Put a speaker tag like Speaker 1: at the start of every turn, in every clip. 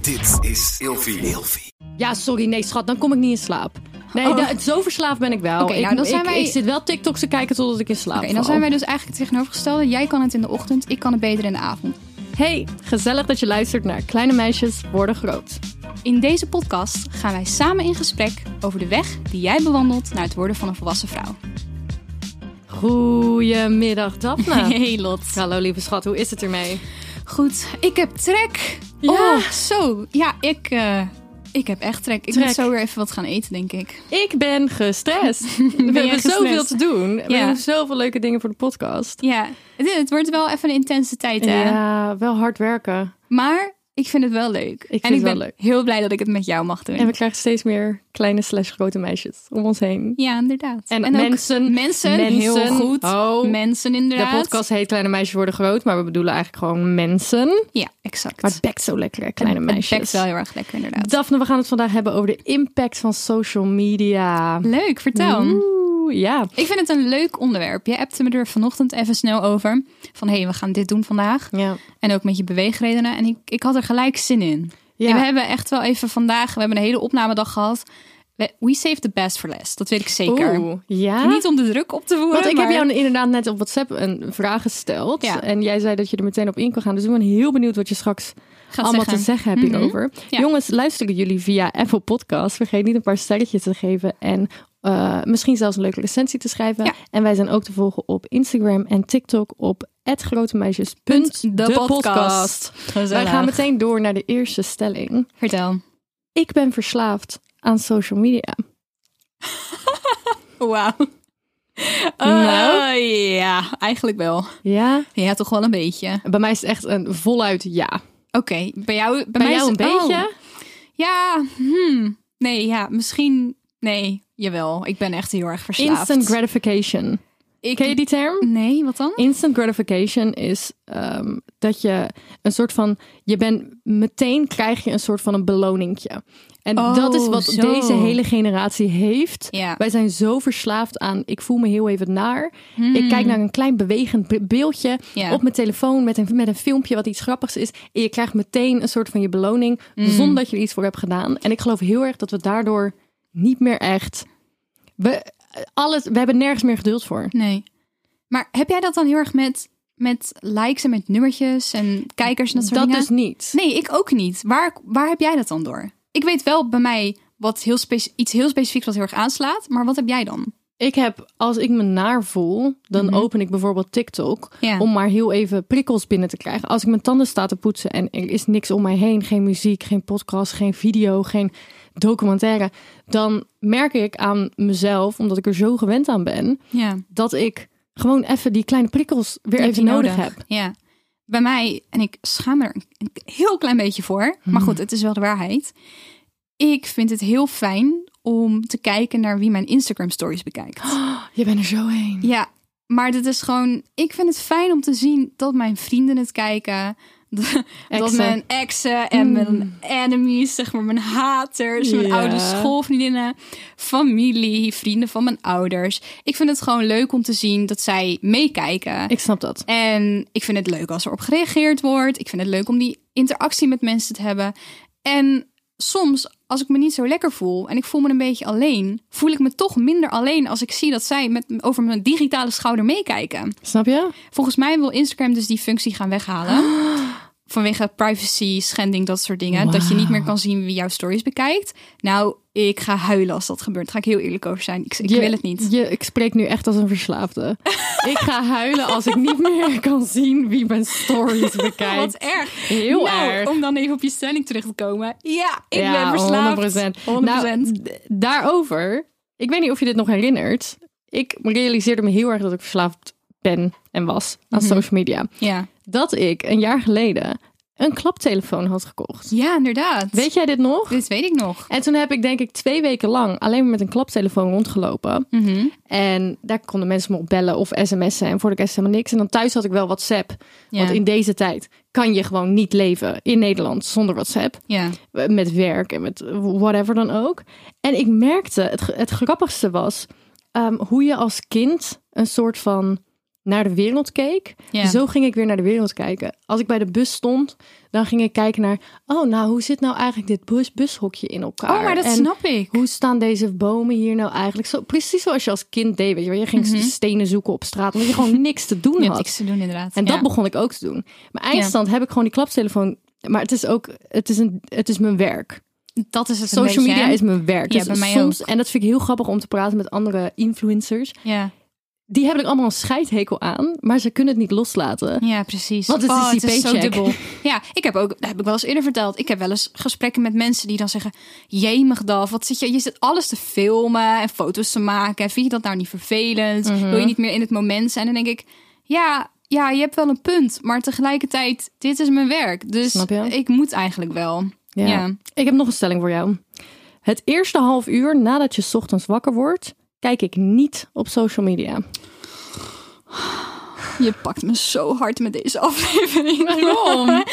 Speaker 1: Dit is Ilfie.
Speaker 2: Ja, sorry, nee, schat, dan kom ik niet in slaap. Nee,
Speaker 3: Oh.
Speaker 2: da- zo verslaafd ben ik wel.
Speaker 3: Oké,
Speaker 2: ik,
Speaker 3: nou, dan zijn
Speaker 2: ik,
Speaker 3: wij-
Speaker 2: ik zit wel TikToks te kijken totdat ik in slaap
Speaker 3: Oké, dan
Speaker 2: val.
Speaker 3: zijn wij dus eigenlijk het tegenovergestelde. Jij kan het in de ochtend, ik kan het beter in de avond.
Speaker 2: Hey, gezellig dat je luistert naar Kleine Meisjes Worden Groot.
Speaker 3: In deze podcast gaan wij samen in gesprek over de weg die jij bewandelt naar het worden van een volwassen vrouw.
Speaker 2: Goedemiddag, Daphne.
Speaker 3: Hey Lot.
Speaker 2: Hallo, lieve schat, hoe is het ermee?
Speaker 3: Goed, ik heb trek.
Speaker 2: Ja.
Speaker 3: Oh, zo. Ja, ik, eh, ik heb echt trek. Ik
Speaker 2: Trek.
Speaker 3: moet zo weer even wat gaan eten, denk ik.
Speaker 2: Ik ben gestrest.
Speaker 3: Ben
Speaker 2: we
Speaker 3: jij
Speaker 2: hebben zoveel
Speaker 3: gestrest?
Speaker 2: te doen. We
Speaker 3: Ja.
Speaker 2: doen zoveel leuke dingen voor de podcast.
Speaker 3: Ja, het, het wordt wel even een intense tijd, hè?
Speaker 2: Ja, wel hard werken.
Speaker 3: Maar ik vind het wel leuk.
Speaker 2: vind
Speaker 3: en ik
Speaker 2: het wel
Speaker 3: ben
Speaker 2: leuk.
Speaker 3: heel blij dat ik het met jou mag doen.
Speaker 2: En we krijgen steeds meer kleine slash grote meisjes om ons heen.
Speaker 3: Ja, inderdaad.
Speaker 2: En
Speaker 3: ook
Speaker 2: mensen-
Speaker 3: mensen,
Speaker 2: mensen,
Speaker 3: heel goed.
Speaker 2: oh,
Speaker 3: mensen,
Speaker 2: De
Speaker 3: inderdaad.
Speaker 2: podcast heet Kleine Meisjes Worden Groot, maar we bedoelen eigenlijk gewoon mensen.
Speaker 3: Ja, exact.
Speaker 2: Maar het bekt zo lekker, kleine meisjes.
Speaker 3: Het bekt wel heel erg lekker, inderdaad.
Speaker 2: Daphne, we gaan het vandaag hebben over de impact van social media.
Speaker 3: Leuk, vertel.
Speaker 2: Oeh, ja.
Speaker 3: Ik vind het een leuk onderwerp. Je appte me er vanochtend even snel over. Van, hé, hey, we gaan dit doen vandaag.
Speaker 2: ja.
Speaker 3: En ook met je beweegredenen. En ik, ik had er gelijk zin in.
Speaker 2: Ja.
Speaker 3: En we hebben echt wel even vandaag... We hebben een hele opnamedag gehad. We, we save the best for last. Dat weet ik zeker.
Speaker 2: Oeh, ja.
Speaker 3: Niet om de druk op te voeren,
Speaker 2: Want ik heb
Speaker 3: maar-
Speaker 2: jou inderdaad net op WhatsApp een vraag gesteld.
Speaker 3: Ja.
Speaker 2: En jij zei dat je er meteen op in kon gaan. Dus ik ben heel benieuwd wat je straks
Speaker 3: Gaat
Speaker 2: allemaal
Speaker 3: zeggen. Mhm.
Speaker 2: te zeggen hebt hierover.
Speaker 3: Ja.
Speaker 2: Jongens, luisteren jullie via Apple Podcast. Vergeet niet een paar sterretjes te geven. En eh, misschien zelfs een leuke recensie te schrijven.
Speaker 3: Ja.
Speaker 2: En wij zijn ook te volgen op Instagram en TikTok op @grotemeisjes.depodcast.
Speaker 3: Gezellig.
Speaker 2: Wij gaan meteen door naar de eerste stelling.
Speaker 3: Vertel.
Speaker 2: Ik ben verslaafd aan social media.
Speaker 3: Wauw. Oh,
Speaker 2: Nou?
Speaker 3: Ja, eigenlijk wel.
Speaker 2: Ja,
Speaker 3: Ja, toch wel een beetje. Oké,
Speaker 2: bij mij is het echt een voluit ja. Bij,
Speaker 3: bij jou, bij mij
Speaker 2: jou
Speaker 3: is
Speaker 2: een
Speaker 3: het-
Speaker 2: beetje?
Speaker 3: Oh, ja, hmm. nee, ja, misschien. Nee, jawel. Ik ben echt heel erg verslaafd.
Speaker 2: Instant gratification.
Speaker 3: Ik-
Speaker 2: Ken je die term?
Speaker 3: Nee, wat dan?
Speaker 2: Instant gratification is ehm, dat je een soort van. Je bent meteen krijg je een soort van een beloningje. En
Speaker 3: Oh,
Speaker 2: dat is wat
Speaker 3: zo.
Speaker 2: deze hele generatie heeft.
Speaker 3: Ja.
Speaker 2: Wij zijn zo verslaafd aan. Ik voel me heel even naar. Ik kijk naar een klein bewegend be- beeldje
Speaker 3: Hmm. Ja.
Speaker 2: op mijn telefoon met een, met een filmpje wat iets grappigs is. En je krijgt meteen een soort van je beloning
Speaker 3: Hmm.
Speaker 2: zonder dat je er iets voor hebt gedaan. En ik geloof heel erg dat we daardoor niet meer echt. We, eh, alles, we hebben nergens meer geduld voor.
Speaker 3: Nee. Maar heb jij dat dan heel erg met, met likes en met nummertjes en kijkers en dat soort
Speaker 2: Dat
Speaker 3: dingen?
Speaker 2: dus niet.
Speaker 3: Nee, ik ook niet. Waar, waar heb jij dat dan door? Ik weet wel bij mij wat heel speci- iets heel specifieks wat heel erg aanslaat, maar wat heb jij dan?
Speaker 2: Ik heb, als ik me naar voel, dan open ik bijvoorbeeld TikTok.
Speaker 3: Mhm. Ja.
Speaker 2: Om maar heel even prikkels binnen te krijgen. Als ik mijn tanden sta te poetsen en er is niks om mij heen. Geen muziek, geen podcast, geen video, geen documentaire. Dan merk ik aan mezelf, omdat ik er zo gewend aan ben.
Speaker 3: Ja.
Speaker 2: Dat ik gewoon even die kleine prikkels weer
Speaker 3: heb
Speaker 2: even
Speaker 3: die
Speaker 2: nodig, heb.
Speaker 3: Ja. Bij mij, en ik schaam me er een- een heel klein beetje voor,
Speaker 2: Hmm.
Speaker 3: maar goed, het is wel de waarheid. Ik vind het heel fijn om te kijken naar wie mijn Instagram stories bekijkt.
Speaker 2: Je bent er zo heen.
Speaker 3: Ja, maar dit is gewoon, ik vind het fijn om te zien dat mijn vrienden het kijken. Dat
Speaker 2: Exen. Hmm.
Speaker 3: mijn exen en mijn enemies, zeg maar, mijn haters, mijn
Speaker 2: Ja.
Speaker 3: oude schoolvriendinnen, familie, vrienden van mijn ouders. Ik vind het gewoon leuk om te zien dat zij meekijken.
Speaker 2: Ik snap dat.
Speaker 3: En ik vind het leuk als er op gereageerd wordt. Ik vind het leuk om die interactie met mensen te hebben. En soms, als ik me niet zo lekker voel en ik voel me een beetje alleen, voel ik me toch minder alleen als ik zie dat zij met, over mijn digitale schouder meekijken.
Speaker 2: Snap je?
Speaker 3: Volgens mij wil Instagram dus die functie gaan weghalen. Vanwege privacy, schending, dat soort dingen. Dat je niet meer kan zien wie jouw stories bekijkt. Nou, ik ga huilen als dat gebeurt. Daar ga ik heel eerlijk over zijn. Ik, ik
Speaker 2: Je-
Speaker 3: wil het niet.
Speaker 2: Je, ik spreek nu echt als een verslaafde. ik ga huilen als ik niet meer kan zien wie mijn stories bekijkt.
Speaker 3: Oh, Wat erg.
Speaker 2: Heel
Speaker 3: Nou,
Speaker 2: erg.
Speaker 3: Om dan even op je stelling terug te komen. Ja, ik
Speaker 2: ja,
Speaker 3: ben verslaafd.
Speaker 2: 100%.
Speaker 3: 100%.
Speaker 2: Nou, d- daarover, ik weet niet of je dit nog herinnert. Ik realiseerde me heel erg dat ik verslaafd ben en was aan
Speaker 3: Mhm.
Speaker 2: social media.
Speaker 3: ja.
Speaker 2: Dat ik een jaar geleden een klaptelefoon had gekocht.
Speaker 3: ja, inderdaad.
Speaker 2: Weet jij dit nog?
Speaker 3: Dit weet ik nog.
Speaker 2: En toen heb ik denk ik twee weken lang alleen maar met een klaptelefoon rondgelopen. En daar konden mensen me op bellen of sms'en. En voor de rest helemaal niks. En dan thuis had ik wel WhatsApp.
Speaker 3: Ja.
Speaker 2: Want in deze tijd kan je gewoon niet leven in Nederland zonder WhatsApp.
Speaker 3: Ja.
Speaker 2: Met werk en met whatever dan ook. En ik merkte, het, het grappigste was ehm, hoe je als kind een soort van naar de wereld keek.
Speaker 3: Ja.
Speaker 2: Zo ging ik weer naar de wereld kijken. Als ik bij de bus stond, dan ging ik kijken naar... oh, nou, hoe zit nou eigenlijk dit bus bushokje in elkaar?
Speaker 3: Oh, maar dat
Speaker 2: En
Speaker 3: snap ik.
Speaker 2: Hoe staan deze bomen hier nou eigenlijk? Zo, precies zoals je als kind deed. Weet je, wel. je ging stenen zoeken op straat... omdat je gewoon niks te doen
Speaker 3: Mhm. Je hebt
Speaker 2: had.
Speaker 3: niks te doen inderdaad.
Speaker 2: En
Speaker 3: Ja.
Speaker 2: dat begon ik ook te doen. Mijn eindstand heb ik gewoon die klaptelefoon. Maar het is ook, het is, een, het is mijn werk.
Speaker 3: dat is het een
Speaker 2: Social
Speaker 3: beetje,
Speaker 2: media
Speaker 3: hè?
Speaker 2: is mijn werk.
Speaker 3: Ja,
Speaker 2: dus
Speaker 3: bij mij
Speaker 2: soms, en dat vind ik heel grappig om te praten met andere influencers.
Speaker 3: Ja,
Speaker 2: Die hebben er allemaal een scheidhekel aan, maar ze kunnen het niet loslaten.
Speaker 3: ja precies.
Speaker 2: Want het is
Speaker 3: oh,
Speaker 2: die
Speaker 3: het is zo
Speaker 2: paycheck.
Speaker 3: dubbel. Ja, ik heb ook, dat heb ik wel eens eerder verteld. Ik heb wel eens gesprekken met mensen die dan zeggen: Jemig Daf, wat zit je? Je zit alles te filmen en foto's te maken. Vind je dat nou niet vervelend? Wil
Speaker 2: Mhm.
Speaker 3: je niet meer in het moment zijn? En dan denk ik: Ja, ja, je hebt wel een punt. Maar tegelijkertijd, dit is mijn werk. Dus
Speaker 2: Snap je?
Speaker 3: ik moet eigenlijk wel. Ja.
Speaker 2: Ik heb nog een stelling voor jou. Het eerste half uur nadat je 's ochtends wakker wordt, kijk ik niet op social media.
Speaker 3: Je pakt me zo hard met deze aflevering. Waarom?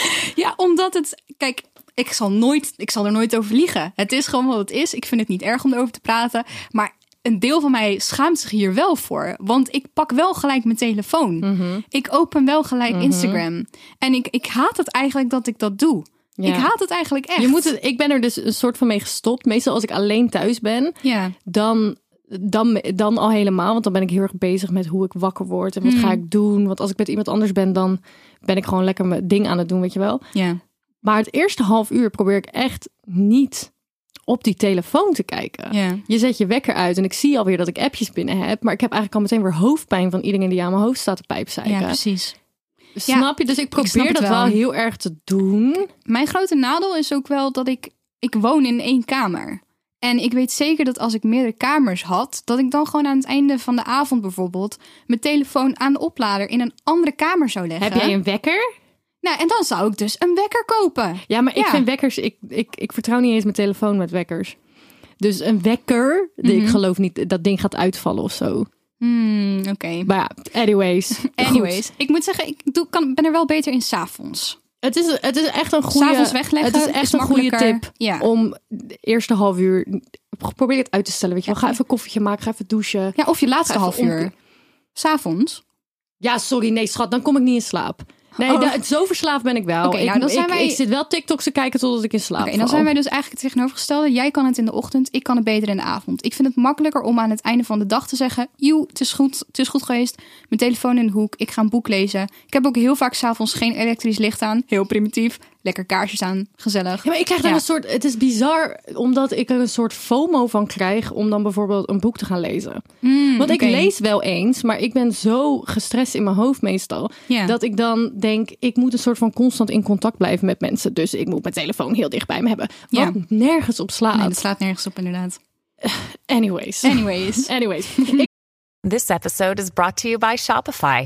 Speaker 3: ja, omdat het. Kijk, ik zal, nooit, ik zal er nooit over liegen. Het is gewoon wat het is. Ik vind het niet erg om erover te praten. Maar een deel van mij schaamt zich hier wel voor. Want ik pak wel gelijk mijn telefoon.
Speaker 2: Mhm.
Speaker 3: Ik open wel gelijk Instagram. En ik, ik haat het eigenlijk dat ik dat doe.
Speaker 2: Ja.
Speaker 3: Ik haat het eigenlijk echt.
Speaker 2: Je moet het, ik ben er dus een soort van mee gestopt. Meestal als ik alleen thuis ben,
Speaker 3: Ja.
Speaker 2: dan, dan, dan al helemaal. Want dan ben ik heel erg bezig met hoe ik wakker word en wat ga
Speaker 3: Hmm.
Speaker 2: ik doen. Want als ik met iemand anders ben, dan ben ik gewoon lekker mijn ding aan het doen, weet je wel.
Speaker 3: ja.
Speaker 2: Maar het eerste half uur probeer ik echt niet op die telefoon te kijken.
Speaker 3: Ja.
Speaker 2: Je zet je wekker uit en ik zie alweer dat ik appjes binnen heb. Maar ik heb eigenlijk al meteen weer hoofdpijn van iedereen die aan mijn hoofd staat te pijpzeiken.
Speaker 3: Ja, precies.
Speaker 2: Snap je? Dus ik
Speaker 3: snap
Speaker 2: probeer
Speaker 3: het
Speaker 2: dat wel.
Speaker 3: wel.
Speaker 2: heel erg te doen.
Speaker 3: Mijn grote nadeel is ook wel dat ik, ik woon in één kamer. En ik weet zeker dat als ik meerdere kamers had, dat ik dan gewoon aan het einde van de avond bijvoorbeeld mijn telefoon aan de oplader in een andere kamer zou leggen.
Speaker 2: Heb jij een wekker?
Speaker 3: Nou, en dan zou ik dus een wekker kopen.
Speaker 2: Ja, maar ik
Speaker 3: Ja.
Speaker 2: vind wekkers... Ik, ik, ik vertrouw niet eens mijn telefoon met wekkers. Dus een wekker, die
Speaker 3: Mhm.
Speaker 2: ik geloof niet dat ding gaat uitvallen of zo.
Speaker 3: Hmm, oké.
Speaker 2: Maar ja, anyways. Goed.
Speaker 3: Anyways, ik moet zeggen, ik doe, kan, ben er wel beter in s'avonds.
Speaker 2: Het is, het is echt een goede...
Speaker 3: S'avonds wegleggen
Speaker 2: Het is echt
Speaker 3: is
Speaker 2: een goede
Speaker 3: makkelijker.
Speaker 2: tip
Speaker 3: Ja.
Speaker 2: om de eerste half uur... Probeer het uit te stellen, weet je wel. Ga even een koffietje maken, ga even douchen.
Speaker 3: Ja, of je laatste
Speaker 2: Ga even
Speaker 3: half uur.
Speaker 2: om-
Speaker 3: S'avonds.
Speaker 2: Ja, sorry, nee schat, dan kom ik niet in slaap. Nee,
Speaker 3: Oh.
Speaker 2: da- zo verslaafd ben ik wel.
Speaker 3: Oké,
Speaker 2: ik,
Speaker 3: nou, dan zijn
Speaker 2: ik,
Speaker 3: wij-
Speaker 2: ik zit wel TikToks te kijken totdat ik in slaap
Speaker 3: Oké, en dan
Speaker 2: val.
Speaker 3: zijn wij dus eigenlijk het tegenovergestelde. Jij kan het in de ochtend, ik kan het beter in de avond. Ik vind het makkelijker om aan het einde van de dag te zeggen... joe, het is goed, het is goed geweest. Mijn telefoon in de hoek, ik ga een boek lezen. Ik heb ook heel vaak s'avonds geen elektrisch licht aan. Heel primitief. Lekker kaarsjes aan, gezellig.
Speaker 2: Ja, maar ik krijg daar
Speaker 3: Ja.
Speaker 2: een soort... Het is bizar, omdat ik er een soort FOMO van krijg... om dan bijvoorbeeld een boek te gaan lezen. Want ik
Speaker 3: Hmm, oké.
Speaker 2: lees wel eens, maar ik ben zo gestrest in mijn hoofd meestal...
Speaker 3: Ja.
Speaker 2: dat ik dan denk, ik moet een soort van constant in contact blijven met mensen. Dus ik moet mijn telefoon heel dicht bij me hebben. Wat
Speaker 3: Ja.
Speaker 2: nergens op slaat.
Speaker 3: Nee, dat slaat nergens op inderdaad.
Speaker 2: Anyways.
Speaker 3: Anyways.
Speaker 2: Anyways.
Speaker 1: This episode is brought to you by Shopify.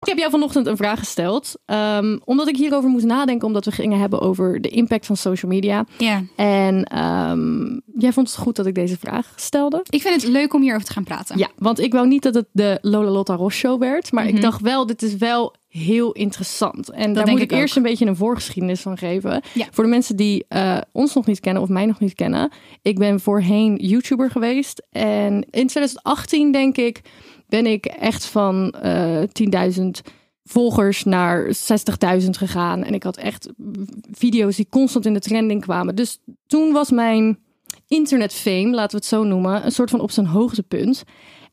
Speaker 2: Ik heb jou vanochtend een vraag gesteld. ehm, omdat ik hierover moest nadenken, omdat we gingen hebben over de impact van social media.
Speaker 3: Ja.
Speaker 2: En ehm, jij vond het goed dat ik deze vraag stelde.
Speaker 3: Ik vind het leuk om hierover te gaan praten. Mhm.
Speaker 2: Ja, want ik wou niet dat het de Lola Lotta Ros show werd. Maar ik dacht wel, dit is wel heel interessant. En daar
Speaker 3: denk
Speaker 2: moet ik,
Speaker 3: ik ook.
Speaker 2: eerst een beetje een voorgeschiedenis van geven.
Speaker 3: Ja.
Speaker 2: Voor de mensen die eh, ons nog niet kennen of mij nog niet kennen. Ik ben voorheen YouTuber geweest. En in 2018 denk ik, ben ik echt van eh 10.000 volgers naar 60.000 gegaan. En ik had echt video's die constant in de trending kwamen. Dus toen was mijn internetfame, laten we het zo noemen, een soort van op zijn hoogtepunt.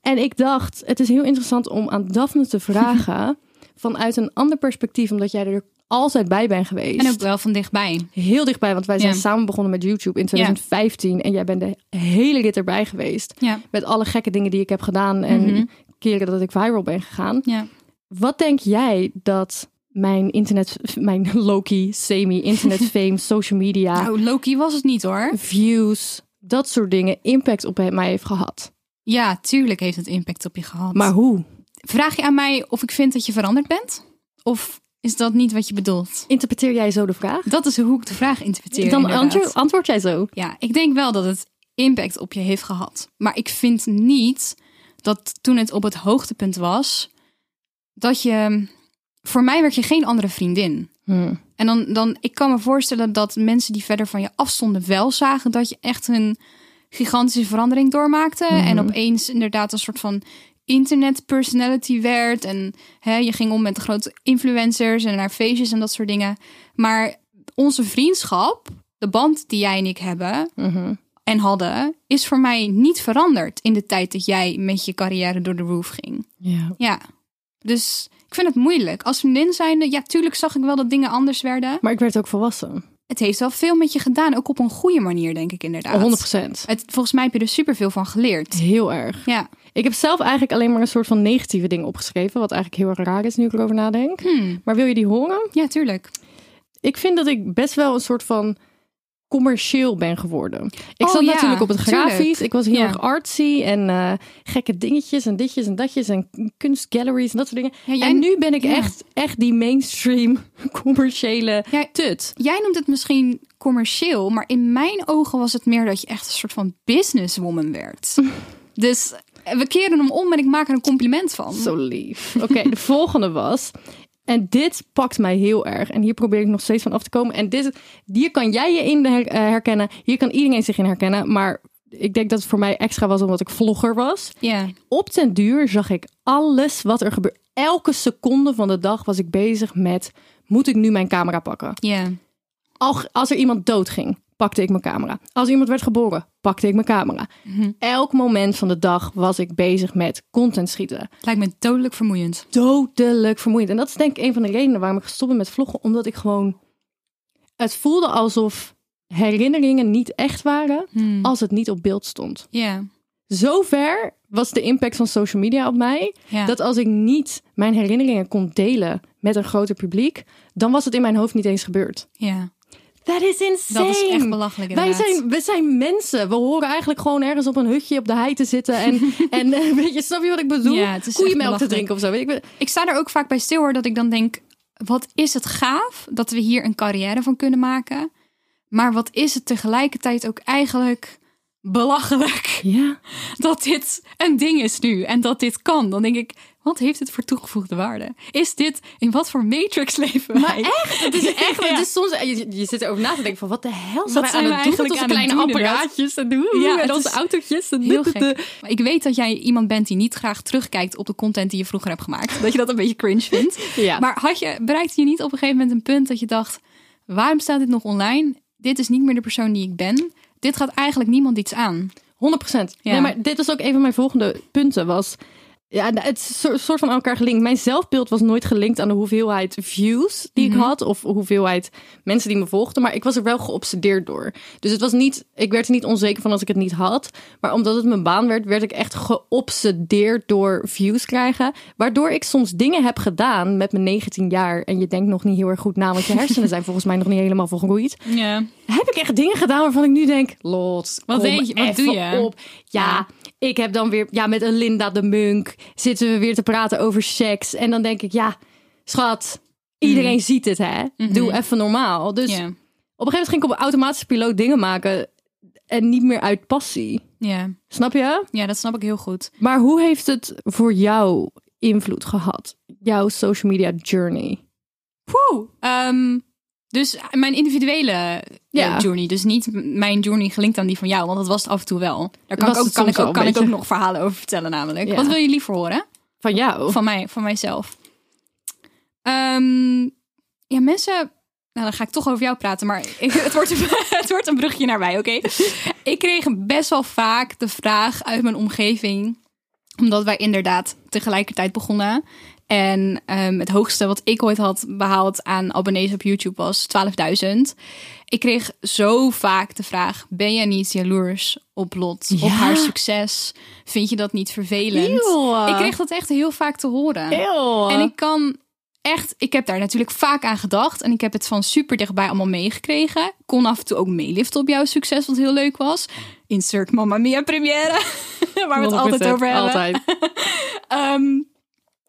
Speaker 2: En ik dacht, het is heel interessant om aan Daphne te vragen vanuit een ander perspectief, omdat jij er altijd bij bent geweest.
Speaker 3: En ook wel van dichtbij.
Speaker 2: heel dichtbij, want wij zijn
Speaker 3: Ja.
Speaker 2: samen begonnen met YouTube in 2015 en jij bent de hele rit erbij geweest.
Speaker 3: Ja. Mhm.
Speaker 2: Met alle gekke dingen die ik heb gedaan en keren dat ik viral ben gegaan.
Speaker 3: Ja.
Speaker 2: Wat denk jij dat mijn internet, mijn Loki, semi, internet fame, social media,
Speaker 3: Nou, Loki was het niet hoor.
Speaker 2: views, dat soort dingen, impact op mij heeft gehad?
Speaker 3: Ja, tuurlijk heeft het impact op je gehad.
Speaker 2: Maar hoe?
Speaker 3: Vraag je aan mij of ik vind dat je veranderd bent? Of Is dat niet wat je bedoelt?
Speaker 2: Interpreteer jij zo de vraag?
Speaker 3: Dat is hoe ik de vraag interpreteer.
Speaker 2: Dan
Speaker 3: inderdaad.
Speaker 2: antwoord, antwoord jij zo.
Speaker 3: Ja, ik denk wel dat het impact op je heeft gehad. Maar ik vind niet dat toen het op het hoogtepunt was, dat je. Voor mij werd je geen andere vriendin. En dan, dan, ik kan me voorstellen dat mensen die verder van je afstonden wel zagen dat je echt een gigantische verandering doormaakte. En opeens inderdaad een soort van internet personality werd. En hè, je ging om met de grote influencers en naar feestjes en dat soort dingen. Maar onze vriendschap, de band die jij en ik hebben en hadden, is voor mij niet veranderd in de tijd dat jij met je carrière door de roof ging.
Speaker 2: Ja.
Speaker 3: Ja. Dus ik vind het moeilijk. Als vriendin zijnde, ja, tuurlijk zag ik wel dat dingen anders werden.
Speaker 2: Maar ik werd ook volwassen.
Speaker 3: Het heeft wel veel met je gedaan, ook op een goede manier, denk ik inderdaad.
Speaker 2: Oh, 100%.
Speaker 3: Het, volgens mij heb je er superveel van geleerd.
Speaker 2: Heel erg.
Speaker 3: Ja.
Speaker 2: Ik heb zelf eigenlijk alleen maar een soort van negatieve ding opgeschreven. Wat eigenlijk heel erg raar is nu ik erover nadenk. Maar wil je die horen?
Speaker 3: ja, tuurlijk.
Speaker 2: Ik vind dat ik best wel een soort van commercieel ben geworden. Ik
Speaker 3: Oh,
Speaker 2: zat
Speaker 3: ja,
Speaker 2: natuurlijk op het
Speaker 3: tuurlijk.
Speaker 2: grafisch. Ik was heel
Speaker 3: Ja.
Speaker 2: erg artsy en eh, gekke dingetjes en ditjes en datjes en kunstgalleries en dat soort dingen.
Speaker 3: Ja, jij-
Speaker 2: En nu ben ik
Speaker 3: ja.
Speaker 2: echt, echt die mainstream commerciële
Speaker 3: Ja,
Speaker 2: tut.
Speaker 3: Jij noemt het misschien commercieel, maar in mijn ogen was het meer dat je echt een soort van businesswoman werd. dus eh, we keren hem om en ik maak er een compliment van.
Speaker 2: Zo lief. Oké, de volgende was. En dit pakt mij heel erg. En hier probeer ik nog steeds van af te komen. En dit, hier kan jij je in her- eh, herkennen. Hier kan iedereen zich in herkennen. Maar ik denk dat het voor mij extra was omdat ik vlogger was.
Speaker 3: Ja.
Speaker 2: Op ten duur zag ik alles wat er gebeurde. Elke seconde van de dag was ik bezig met... Moet ik nu mijn camera pakken?
Speaker 3: Ja.
Speaker 2: Al- Als er iemand doodging, pakte ik mijn camera. Als iemand werd geboren, pakte ik mijn camera. Elk moment van de dag was ik bezig met content schieten
Speaker 3: Lijkt me dodelijk vermoeiend.
Speaker 2: dodelijk vermoeiend. En dat is denk ik een van de redenen waarom ik gestopt ben met vloggen. Omdat ik gewoon... Het voelde alsof herinneringen niet echt waren als het niet op beeld stond.
Speaker 3: Ja.
Speaker 2: Zover was de impact van social media op mij...
Speaker 3: Ja.
Speaker 2: dat als ik niet mijn herinneringen kon delen met een groter publiek... dan was het in mijn hoofd niet eens gebeurd.
Speaker 3: Ja.
Speaker 2: Dat is insane.
Speaker 3: Dat is echt belachelijk,
Speaker 2: Wij
Speaker 3: inderdaad.
Speaker 2: zijn, we zijn mensen. We horen eigenlijk gewoon ergens op een hutje op de hei te zitten. En, en eh, weet je, snap je wat ik bedoel?
Speaker 3: Ja, het is echt
Speaker 2: Koeienmelk te
Speaker 3: belachelijk.
Speaker 2: drinken of zo. Weet ik, wel.
Speaker 3: Ik sta er ook vaak bij stil hoor, dat ik dan denk: wat is het gaaf dat we hier een carrière van kunnen maken? Maar wat is het tegelijkertijd ook eigenlijk belachelijk
Speaker 2: ja.
Speaker 3: dat dit een ding is nu en dat dit kan? Dan denk ik: wat heeft het voor toegevoegde waarde? Is dit in wat voor matrix leven wij?
Speaker 2: Echt? Het is echt.
Speaker 3: Ja.
Speaker 2: Het is soms, eh, je, je zit erover na te denken van wat de hel
Speaker 3: Wat
Speaker 2: zijn wij
Speaker 3: zijn
Speaker 2: aan
Speaker 3: we
Speaker 2: het doen met
Speaker 3: eigenlijk
Speaker 2: onze
Speaker 3: aan
Speaker 2: kleine
Speaker 3: het doen, inderdaad?
Speaker 2: apparaatjes en doen
Speaker 3: Ja,
Speaker 2: en
Speaker 3: het
Speaker 2: onze
Speaker 3: is
Speaker 2: autootjes en
Speaker 3: Heel
Speaker 2: dit, dit, dit.
Speaker 3: gek. Maar ik weet dat jij iemand bent die niet graag terugkijkt op de content die je vroeger hebt gemaakt. Dat je dat een beetje cringe vindt.
Speaker 2: Ja.
Speaker 3: Maar had je, bereikte je niet op een gegeven moment een punt dat je dacht: waarom staat dit nog online? Dit is niet meer de persoon die ik ben. Dit gaat eigenlijk niemand iets aan.
Speaker 2: 100%.
Speaker 3: Ja.
Speaker 2: Nee, maar dit was ook een van mijn volgende punten was ja, het is een soort van aan elkaar gelinkt. Mijn zelfbeeld was nooit gelinkt aan de hoeveelheid views die ik had of hoeveelheid mensen die me volgden, maar ik was er wel geobsedeerd door. Dus het was niet ik werd er niet onzeker van als ik het niet had, maar omdat het mijn baan werd, werd ik echt geobsedeerd door views krijgen, waardoor ik soms dingen heb gedaan met mijn 19 jaar en je denkt nog niet heel erg goed na, want je hersenen zijn volgens mij nog niet helemaal volgroeid
Speaker 3: Ja.
Speaker 2: heb ik echt dingen gedaan waarvan ik nu denk, lot,
Speaker 3: Wat
Speaker 2: kom
Speaker 3: deed je? Wat
Speaker 2: even
Speaker 3: doe je?
Speaker 2: Op. Ja, ik heb dan weer, ja, met een Linda de Munk zitten we weer te praten over seks. En dan denk ik, ja, schat, iedereen ziet het, hè? Doe even normaal. Dus op
Speaker 3: Mhm. Ja.
Speaker 2: een gegeven moment ging ik op automatische piloot dingen maken en niet meer uit passie.
Speaker 3: Ja.
Speaker 2: Snap je?
Speaker 3: ja, dat snap ik heel goed.
Speaker 2: Maar hoe heeft het voor jou invloed gehad? Jouw social media journey?
Speaker 3: Poeh. Ehm, dus mijn individuele eh,
Speaker 2: Ja.
Speaker 3: journey. Dus niet m- mijn journey gelinkt aan die van jou. Want dat was het af en toe wel. Daar kan,
Speaker 2: Was
Speaker 3: ik ook,
Speaker 2: het
Speaker 3: kan,
Speaker 2: soms
Speaker 3: ik,
Speaker 2: wel
Speaker 3: ook,
Speaker 2: een
Speaker 3: kan ik ook
Speaker 2: beetje.
Speaker 3: nog verhalen over vertellen namelijk.
Speaker 2: Ja.
Speaker 3: Wat wil je liever horen?
Speaker 2: Van jou?
Speaker 3: van, mij, van mijzelf. Ehm, ja, mensen. Nou, dan ga ik toch over jou praten, maar ik- het, wordt, het wordt een brugje naar mij, oké? Ik kreeg best wel vaak de vraag uit mijn omgeving, omdat wij inderdaad tegelijkertijd begonnen. En ehm, het hoogste wat ik ooit had behaald aan abonnees op YouTube was 12.000. Ik kreeg zo vaak de vraag: ben jij niet jaloers op Lot, op
Speaker 2: Ja.
Speaker 3: haar succes? Vind je dat niet vervelend?
Speaker 2: Eeuw.
Speaker 3: Ik kreeg dat echt heel vaak te horen.
Speaker 2: Eeuw.
Speaker 3: En ik kan echt, ik heb daar natuurlijk vaak aan gedacht. En ik heb het van super dichtbij allemaal meegekregen. Kon af en toe ook meeliften op jouw succes, wat heel leuk was. Insert Mamma Mia première, waar we het altijd
Speaker 2: 100%,
Speaker 3: over hebben.
Speaker 2: Altijd.
Speaker 3: Ehm,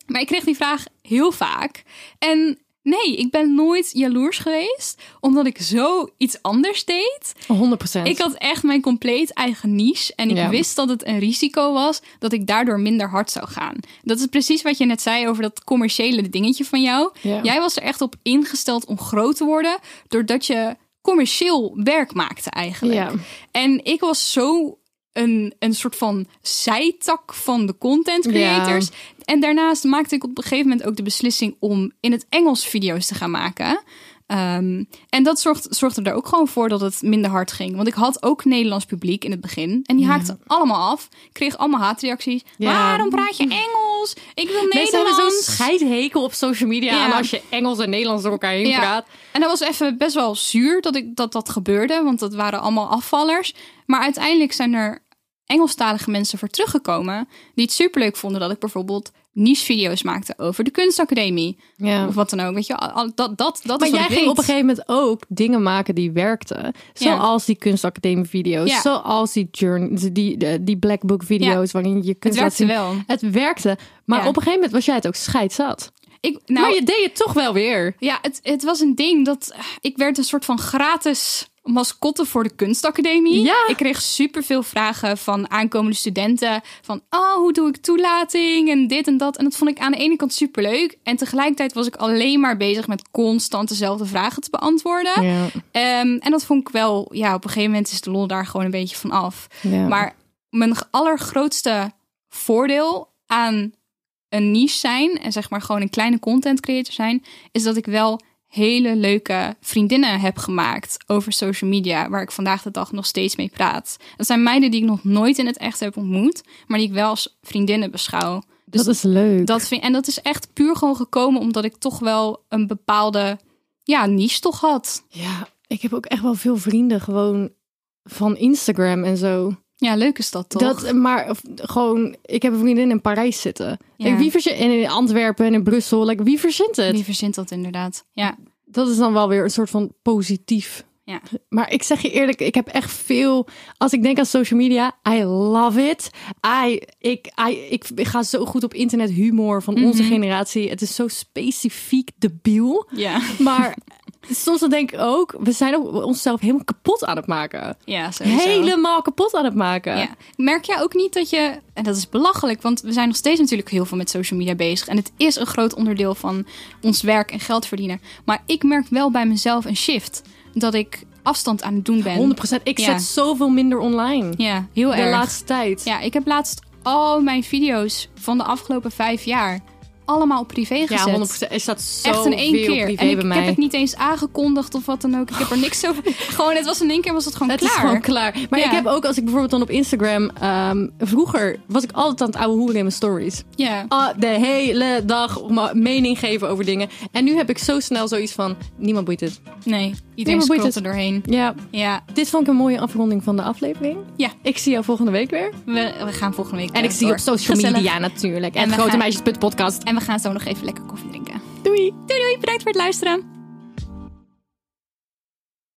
Speaker 3: maar ik kreeg die vraag heel vaak. En Nee, ik ben nooit jaloers geweest, omdat ik zo iets anders deed.
Speaker 2: 100%.
Speaker 3: Ik had echt mijn compleet eigen niche. En ik
Speaker 2: Ja.
Speaker 3: wist dat het een risico was dat ik daardoor minder hard zou gaan. Dat is precies wat je net zei over dat commerciële dingetje van jou.
Speaker 2: Ja.
Speaker 3: Jij was er echt op ingesteld om groot te worden, doordat je commercieel werk maakte eigenlijk.
Speaker 2: Ja.
Speaker 3: En ik was zo een, een soort van zijtak van de content creators. En daarnaast maakte ik op een gegeven moment ook de beslissing om in het Engels video's te gaan maken. Ehm, en dat zorgt, zorgde er ook gewoon voor dat het minder hard ging. Want ik had ook Nederlands publiek in het begin. En die haakte allemaal af. Kreeg allemaal haatreacties.
Speaker 2: Ja.
Speaker 3: Waarom praat je Engels? Ik wil
Speaker 2: Mensen hebben
Speaker 3: Nederlands.
Speaker 2: zo'n scheidhekel op social media
Speaker 3: Ja.
Speaker 2: aan als je Engels en Nederlands door elkaar heen praat.
Speaker 3: En dat was even best wel zuur dat ik, dat, dat gebeurde, want dat waren allemaal afvallers. Maar uiteindelijk zijn er Engelstalige mensen voor teruggekomen die het superleuk vonden dat ik bijvoorbeeld niche-video's maakte over de kunstacademie.
Speaker 2: Ja.
Speaker 3: Of wat dan ook, weet je, al- al- dat, dat, dat
Speaker 2: Maar
Speaker 3: is wat
Speaker 2: jij
Speaker 3: ik
Speaker 2: ging
Speaker 3: deed.
Speaker 2: op een gegeven moment ook dingen maken die werkten. Zoals die kunstacademie video's.
Speaker 3: Ja.
Speaker 2: Zoals die, journey, die, die, die black book video's waarin je kunt
Speaker 3: Het werkte
Speaker 2: laten zien-
Speaker 3: wel.
Speaker 2: Het werkte. Maar
Speaker 3: Ja.
Speaker 2: op een gegeven moment was jij het ook scheidzat.
Speaker 3: Ik, nou,
Speaker 2: maar je deed het toch wel weer.
Speaker 3: Ja, het, het was een ding dat eh, ik werd een soort van gratis mascotte voor de kunstacademie.
Speaker 2: Ja.
Speaker 3: Ik kreeg superveel vragen van aankomende studenten. Van, oh, hoe doe ik toelating en dit en dat. En dat vond ik aan de ene kant superleuk. En tegelijkertijd was ik alleen maar bezig met constant dezelfde vragen te beantwoorden.
Speaker 2: Ja.
Speaker 3: Ehm, en dat vond ik wel, ja, op een gegeven moment is de lol daar gewoon een beetje van af.
Speaker 2: Ja.
Speaker 3: Maar mijn g- allergrootste voordeel aan een niche zijn en zeg maar gewoon een kleine content creator zijn, is dat ik wel hele leuke vriendinnen heb gemaakt over social media, waar ik vandaag de dag nog steeds mee praat. Dat zijn meiden die ik nog nooit in het echt heb ontmoet, maar die ik wel als vriendinnen beschouw. Dus
Speaker 2: dat is leuk.
Speaker 3: dat vind, en dat is echt puur gewoon gekomen omdat ik toch wel een bepaalde ja, niche toch had.
Speaker 2: Ja, ik heb ook echt wel veel vrienden gewoon van Instagram en zo.
Speaker 3: Ja, leuk is dat toch?
Speaker 2: Dat, maar of, gewoon, ik heb een vriendin in Parijs zitten.
Speaker 3: Ja.
Speaker 2: Like, wie verzin- en in Antwerpen en in Brussel. Like, wie verzint het?
Speaker 3: Wie verzint dat inderdaad? Ja,
Speaker 2: Dat is dan wel weer een soort van positief.
Speaker 3: ja.
Speaker 2: Maar ik zeg je eerlijk, ik heb echt veel. Als ik denk aan social media, I love it. I, ik, I, ik ga zo goed op internet humor van onze
Speaker 3: Mhm.
Speaker 2: generatie. Het is zo specifiek debiel.
Speaker 3: Ja,
Speaker 2: Maar soms dan denk ik ook, we zijn ook onszelf helemaal kapot aan het maken.
Speaker 3: ja sowieso.
Speaker 2: Helemaal kapot aan het maken.
Speaker 3: Ja. Merk jij ook niet dat je, en dat is belachelijk, want we zijn nog steeds natuurlijk heel veel met social media bezig. En het is een groot onderdeel van ons werk en geld verdienen. Maar ik merk wel bij mezelf een shift. Dat ik afstand aan het doen ben.
Speaker 2: 100%. Ik
Speaker 3: Ja.
Speaker 2: zet zoveel minder online.
Speaker 3: Ja, heel
Speaker 2: de
Speaker 3: erg.
Speaker 2: laatste tijd.
Speaker 3: Ja, ik heb laatst al mijn video's van de afgelopen vijf jaar allemaal op privé gezet.
Speaker 2: Ja, 100%. Er staat zo
Speaker 3: Echt in één
Speaker 2: privé
Speaker 3: keer. en ik,
Speaker 2: bij
Speaker 3: ik
Speaker 2: mij.
Speaker 3: heb het niet eens aangekondigd of wat dan ook. Ik heb er niks over. Gewoon, het was in één keer was het gewoon
Speaker 2: Het
Speaker 3: klaar.
Speaker 2: is gewoon klaar. Maar
Speaker 3: Ja.
Speaker 2: ik heb ook, als ik bijvoorbeeld dan op Instagram... ehm, vroeger was ik altijd aan het ouwe hoeren in mijn stories.
Speaker 3: Ja.
Speaker 2: Ah, de hele dag om mijn mening geven over dingen. En nu heb ik zo snel zoiets van... Niemand boeit het.
Speaker 3: Nee, iedereen
Speaker 2: boeit
Speaker 3: scrolt
Speaker 2: het.
Speaker 3: er doorheen.
Speaker 2: Ja.
Speaker 3: Ja,
Speaker 2: Dit vond ik een mooie afronding van de aflevering.
Speaker 3: Ja.
Speaker 2: Ik zie jou volgende week weer.
Speaker 3: we, we gaan volgende week
Speaker 2: En ik
Speaker 3: eh,
Speaker 2: zie je
Speaker 3: door.
Speaker 2: op social
Speaker 3: Gezellig.
Speaker 2: media natuurlijk. En,
Speaker 3: we
Speaker 2: grote
Speaker 3: gaan-
Speaker 2: meisjes.podcast.
Speaker 3: En we gaan zo nog even lekker koffie drinken.
Speaker 2: Doei!
Speaker 3: Doei doei, bedankt voor het luisteren.